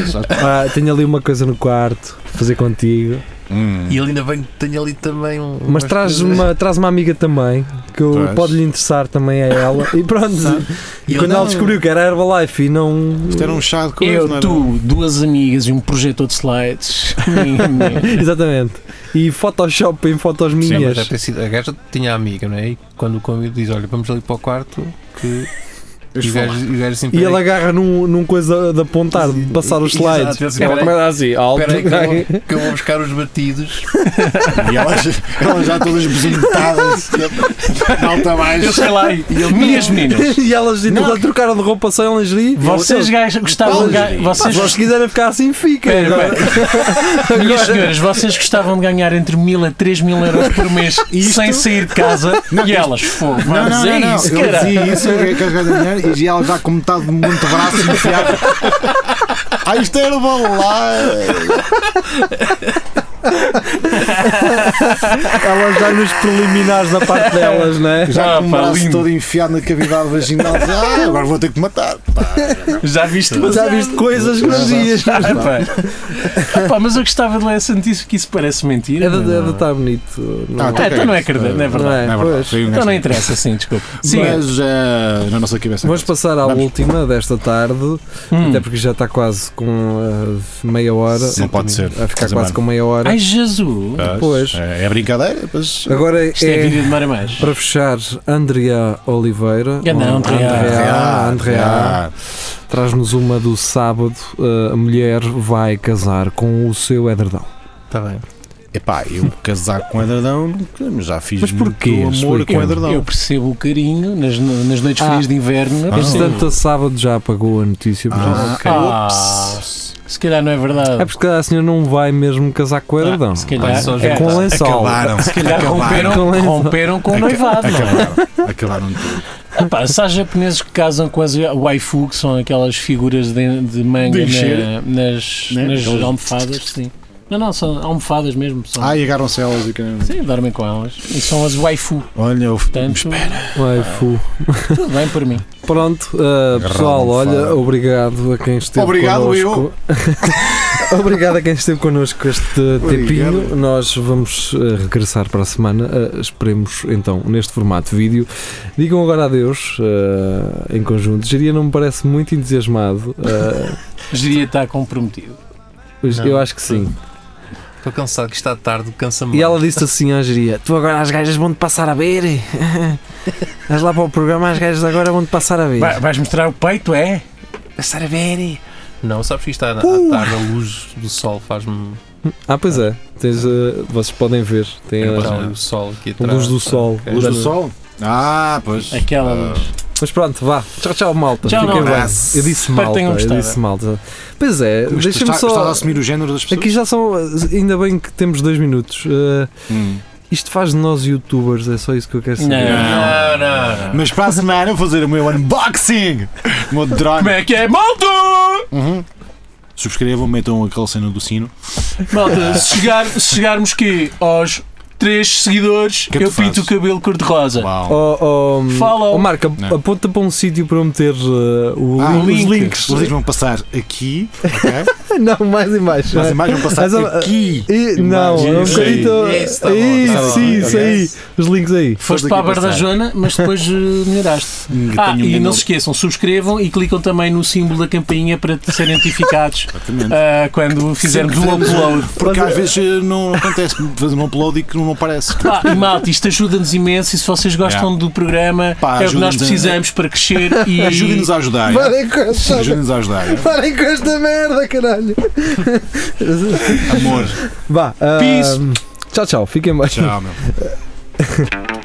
Speaker 4: isso.
Speaker 3: Ah, tenho ali uma coisa no quarto, fazer contigo.
Speaker 4: Hum.
Speaker 6: E ele ainda vem, tem ali também um.
Speaker 3: Mas traz uma, traz uma amiga também, que eu-
Speaker 4: Traz.
Speaker 3: pode-lhe interessar também a ela. E pronto. E
Speaker 6: E
Speaker 3: quando
Speaker 6: ele
Speaker 3: ela
Speaker 6: não-
Speaker 3: descobriu que era Herbalife e não.
Speaker 4: Isto era um chá de coisa, não
Speaker 5: Eu,
Speaker 4: era?
Speaker 5: tu, duas amigas e um projetor de slides.
Speaker 3: Exatamente. E Photoshop em fotos
Speaker 6: Sim, mas é
Speaker 3: minhas.
Speaker 6: deve ter sido- a gaja tinha amiga, não é? E quando o convido diz: Olha, vamos ali para o quarto. Que
Speaker 4: Os
Speaker 6: e o gajo,
Speaker 4: falar.
Speaker 6: e o gajo assim,
Speaker 3: e ele
Speaker 6: "Peraí,
Speaker 3: agarra num, num coisa de apontar, de passar os
Speaker 6: Exato,
Speaker 3: slides.
Speaker 6: ele assim,
Speaker 3: Ela
Speaker 6: "Peraí,
Speaker 3: começa assim, alto.
Speaker 6: Espera aí que, eu vou- que eu vou buscar os batidos.
Speaker 4: E elas, elas já todas besuntadas. Malta
Speaker 5: Eu
Speaker 4: mais.
Speaker 5: sei lá, e ele, minhas meninas.
Speaker 3: e elas
Speaker 5: Não.
Speaker 3: todas trocaram de roupa sem lingerie.
Speaker 5: Vocês
Speaker 3: Eles-
Speaker 5: gajos gostavam de ganhar.
Speaker 3: Então, Pá, se vocês
Speaker 5: Vocês,
Speaker 3: quiserem ficar assim, fica.
Speaker 5: Espera,
Speaker 3: Agora-
Speaker 5: minhas
Speaker 3: agora-
Speaker 5: senhoras, vocês gostavam de ganhar entre mil a três mil euros por mês sem sair de casa e elas fogo.
Speaker 4: Não, não,
Speaker 5: Vamos
Speaker 4: não,
Speaker 5: é
Speaker 4: não.
Speaker 5: isso,
Speaker 4: Eu
Speaker 5: cara.
Speaker 4: dizia isso que que as gajas mulher e ela já com metade de muito braço enfiado. Ah, isto era lá.
Speaker 3: Elas já nos preliminares da parte delas, não é?
Speaker 4: Já
Speaker 5: Ah,
Speaker 4: com o
Speaker 5: pá,
Speaker 4: braço
Speaker 5: lindo.
Speaker 4: todo enfiado na cavidade vaginal. Ah, agora vou ter que te matar. Pá,
Speaker 5: Já viste
Speaker 3: Já viste coisas que não é? dias.
Speaker 5: Ah, pá. Ah, pá, mas eu gostava de ler Santíssimo que isso parece mentira.
Speaker 3: É de
Speaker 5: não.
Speaker 3: é de estar bonito. Não,
Speaker 4: Ah,
Speaker 5: Ah, então não é verdade, não é
Speaker 3: não
Speaker 5: verdade.
Speaker 3: é?
Speaker 4: Não é verdade.
Speaker 3: Pois.
Speaker 4: Foi um
Speaker 5: Então não
Speaker 4: gajo-
Speaker 5: interessa, sim, desculpa. Sim,
Speaker 4: Mas eh, na nossa cabeça.
Speaker 3: Vamos passar à
Speaker 4: Vamos.
Speaker 3: última desta tarde,
Speaker 5: hum.
Speaker 3: até porque já está quase com ah, meia hora.
Speaker 4: Não pode ser.
Speaker 3: A ficar
Speaker 4: Fazer
Speaker 3: quase
Speaker 4: mal.
Speaker 3: com meia hora.
Speaker 5: Ai, Jesus!
Speaker 3: Pois.
Speaker 4: É, é brincadeira, mas.
Speaker 3: Agora
Speaker 5: Isto é,
Speaker 3: é
Speaker 5: vídeo de Mara mais.
Speaker 3: para fechar Andrea Oliveira.
Speaker 5: Ganda
Speaker 3: Ou
Speaker 5: Andrea.
Speaker 3: Andrea. Andrea.
Speaker 4: Ah,
Speaker 3: Traz-nos uma do sábado. eh, A mulher vai casar com o seu edredão.
Speaker 6: Está bem.
Speaker 4: Epá, eu casar com edredão nunca, mas já fiz
Speaker 3: Mas porquê?
Speaker 4: muito amor com
Speaker 3: Explica-me.
Speaker 4: edredão.
Speaker 5: Eu percebo o carinho nas, nas noites
Speaker 3: Ah.
Speaker 5: frias de inverno. eu percebo.
Speaker 3: Entretanto, a sábado já apagou a notícia. por isso-
Speaker 4: Ah,
Speaker 5: ok.
Speaker 4: ups.
Speaker 5: Se calhar não é verdade.
Speaker 3: É porque a senhora não vai mesmo casar com o edredão.
Speaker 5: Ah, se calhar,
Speaker 6: Ah. Vai só
Speaker 5: é,
Speaker 3: É com lençol.
Speaker 4: Acabaram.
Speaker 5: se calhar romperam,
Speaker 3: Com lençol.
Speaker 5: romperam com o
Speaker 4: Aca-
Speaker 5: noivado. não é?
Speaker 4: Acabaram. Acabaram tudo.
Speaker 5: Ah, pá, se há japoneses que casam com as waifu, que são aquelas figuras de, de manga
Speaker 4: De encher.
Speaker 5: na- nas,
Speaker 4: Né?
Speaker 5: nas
Speaker 4: Aquelas-
Speaker 5: almofadas, sim. Não, não, são almofadas mesmo. São,
Speaker 4: Ai, agarram-se elas Ah, e caramba.
Speaker 5: Sim, dormem com elas. E são as waifu.
Speaker 4: Olha, o
Speaker 5: Portanto,
Speaker 3: Ai, fu.
Speaker 5: tudo bem por mim.
Speaker 3: Pronto, uh, pessoal,
Speaker 4: Agarrado,
Speaker 3: olha,
Speaker 4: fala.
Speaker 3: obrigado a quem esteve
Speaker 4: Obrigado,
Speaker 3: connosco. obrigado a quem esteve connosco este tempinho.
Speaker 4: Obrigado.
Speaker 3: Nós vamos uh, regressar para a semana. uh, esperemos então neste formato vídeo. Digam agora adeus uh, em conjunto. Geria não me parece muito entusiasmado. uh,
Speaker 5: Diria estar comprometido.
Speaker 3: mas
Speaker 6: Não.
Speaker 3: eu acho que sim.
Speaker 6: Estou cansado que está tarde, cansa-me.
Speaker 3: E ela disse assim à Geria: Tu agora as gajas vão te passar a ver. Vais lá para o programa, as gajas agora vão te passar a ver.
Speaker 5: Vai- vais mostrar o peito, é?
Speaker 6: Passar a ver. Não, sabes que isto está à-
Speaker 3: Uh.
Speaker 6: à tarde, a luz do sol faz-me.
Speaker 3: Ah, pois é. Tens, uh, vocês podem ver. Tem
Speaker 6: Eu
Speaker 3: a-
Speaker 6: passo ali o sol aqui atrás.
Speaker 3: Luz do sol.
Speaker 4: Luz do sol? Ah, pois.
Speaker 5: é Aquela
Speaker 4: Ah,
Speaker 5: luz.
Speaker 3: Mas pronto, vá. Tchau, tchau, malta.
Speaker 5: Tchau,
Speaker 3: Fiquem
Speaker 5: não.
Speaker 3: então bem.
Speaker 4: Abraço.
Speaker 3: Eu disse
Speaker 5: Espero que
Speaker 3: malta.
Speaker 5: tenham
Speaker 3: Eu
Speaker 5: gostado.
Speaker 3: disse malta. Pois é,
Speaker 4: mas
Speaker 3: deixa-me
Speaker 4: está- Estás a
Speaker 3: só.
Speaker 4: assumir o género das pessoas?
Speaker 3: Aqui já são. Ainda bem que temos dois minutos. Uh,
Speaker 4: Hum.
Speaker 3: isto faz de nós youtubers, é só isso que eu quero saber.
Speaker 5: Não,
Speaker 6: Não, não.
Speaker 4: Mas para a semana eu vou fazer o meu unboxing! O meu drone.
Speaker 5: Como é que é? Malta!
Speaker 4: Uhum. Subscrevam, metam aquela cena do sino.
Speaker 5: Malta, se, chegar- se chegarmos que aos três seguidores,
Speaker 4: Que é que
Speaker 5: eu
Speaker 4: tu
Speaker 5: pinto
Speaker 4: fazes?
Speaker 5: o cabelo cor-de-rosa.
Speaker 4: Uau!
Speaker 3: Oh, oh,
Speaker 5: Fala.
Speaker 3: oh, Marca,
Speaker 4: Não.
Speaker 3: aponta para um sítio para eu meter uh, o
Speaker 4: Ah,
Speaker 3: link-
Speaker 5: link.
Speaker 3: os links.
Speaker 4: Vocês vão passar aqui, ok?
Speaker 3: Não, mais e mais.
Speaker 4: Mas as imagens vão passar
Speaker 3: Mas, ah,
Speaker 4: aqui.
Speaker 3: E- não, é um
Speaker 4: Isso
Speaker 3: bocadinho.
Speaker 6: aí. Isso, tá bom, tá
Speaker 3: Isso,
Speaker 6: bom.
Speaker 3: isso aí. Os links aí.
Speaker 5: Foste
Speaker 4: Foste
Speaker 5: para a
Speaker 4: aqui
Speaker 5: Barda
Speaker 4: passar.
Speaker 5: Jona, mas depois eh, melhoraste.
Speaker 4: Hum,
Speaker 5: Ah,
Speaker 4: tenho
Speaker 5: e
Speaker 4: medo.
Speaker 5: não se esqueçam, subscrevam e clicam também no símbolo da campainha para serem notificados
Speaker 4: Exatamente.
Speaker 5: ah, quando fizermos o upload.
Speaker 4: Porque às vezes eh, não acontece fazer um upload e que não não aparece.
Speaker 5: Pá, Ah, e malta, isto ajuda-nos imenso e se vocês gostam do programa,
Speaker 4: Pá,
Speaker 5: é o que nós
Speaker 4: ajuda-nos a-
Speaker 5: precisamos para crescer e
Speaker 4: Ajudem-nos a ajudar. é?
Speaker 2: Parem com esta,
Speaker 4: Ajudem-nos a ajudar. é?
Speaker 2: parem com esta merda, caralho.
Speaker 4: Amor.
Speaker 3: Vá. ah,
Speaker 5: Peace.
Speaker 3: ehm, e Tchau, tchau. Fiquem bem.
Speaker 4: Tchau, meu.